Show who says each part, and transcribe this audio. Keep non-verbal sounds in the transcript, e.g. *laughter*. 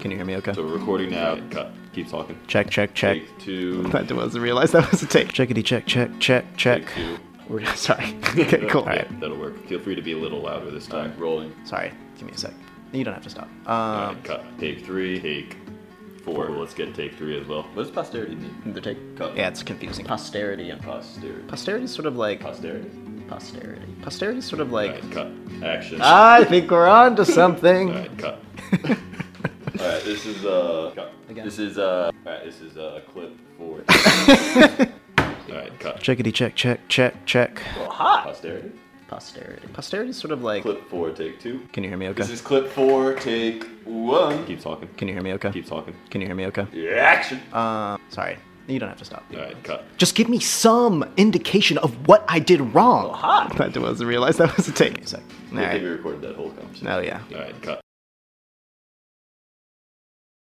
Speaker 1: Can you hear me okay?
Speaker 2: So we're recording now. Cut. Keep talking.
Speaker 1: Check, check, check.
Speaker 2: Take two.
Speaker 1: *laughs* I wasn't realize that was a take. Checkity, check, check, check, check.
Speaker 2: Take two.
Speaker 1: We're *laughs* sorry.
Speaker 2: *laughs*
Speaker 1: okay, cool. All
Speaker 2: Yeah,
Speaker 1: right.
Speaker 2: That'll work. Feel free to be a little louder this time. Rolling.
Speaker 1: Sorry. Give me a sec. You don't have to stop.
Speaker 2: All
Speaker 1: Um,
Speaker 2: right, cut. Take three. Take four. Let's get take three as well. What does posterity mean?
Speaker 1: the take.
Speaker 2: Cut.
Speaker 1: Yeah, it's confusing. Posterity and
Speaker 2: Posterity.
Speaker 1: posterity is sort of like
Speaker 2: Posterity.
Speaker 1: posterity. Posterity is sort of like.
Speaker 2: Alright, cut. Action.
Speaker 1: I think we're on to something.
Speaker 2: Alright,
Speaker 1: *laughs*
Speaker 2: cut. Alright, this is uh cut.
Speaker 1: Again.
Speaker 2: This is uh alright, this is uh, a clip
Speaker 1: *laughs*
Speaker 2: for Alright, cut.
Speaker 1: Checkity, check, check, check, check.
Speaker 2: Posterity.
Speaker 1: Posterity. Posterity is sort of like.
Speaker 2: Clip four, take two.
Speaker 1: Can you hear me
Speaker 2: This
Speaker 1: okay?
Speaker 2: is clip four, take one. Keep talking.
Speaker 1: Can you hear me okay?
Speaker 2: Keep talking.
Speaker 1: Can you hear me okay?
Speaker 2: Action.
Speaker 1: Um, sorry. You don't have to stop.
Speaker 2: Alright, cut.
Speaker 1: Just give me some indication of what I did *laughs*
Speaker 2: Oh,
Speaker 1: wrong. I wasn't realize that was a take. It's like,
Speaker 2: I think
Speaker 1: alright.
Speaker 2: we recorded that whole conversation.
Speaker 1: Oh yeah.
Speaker 2: Alright, cut.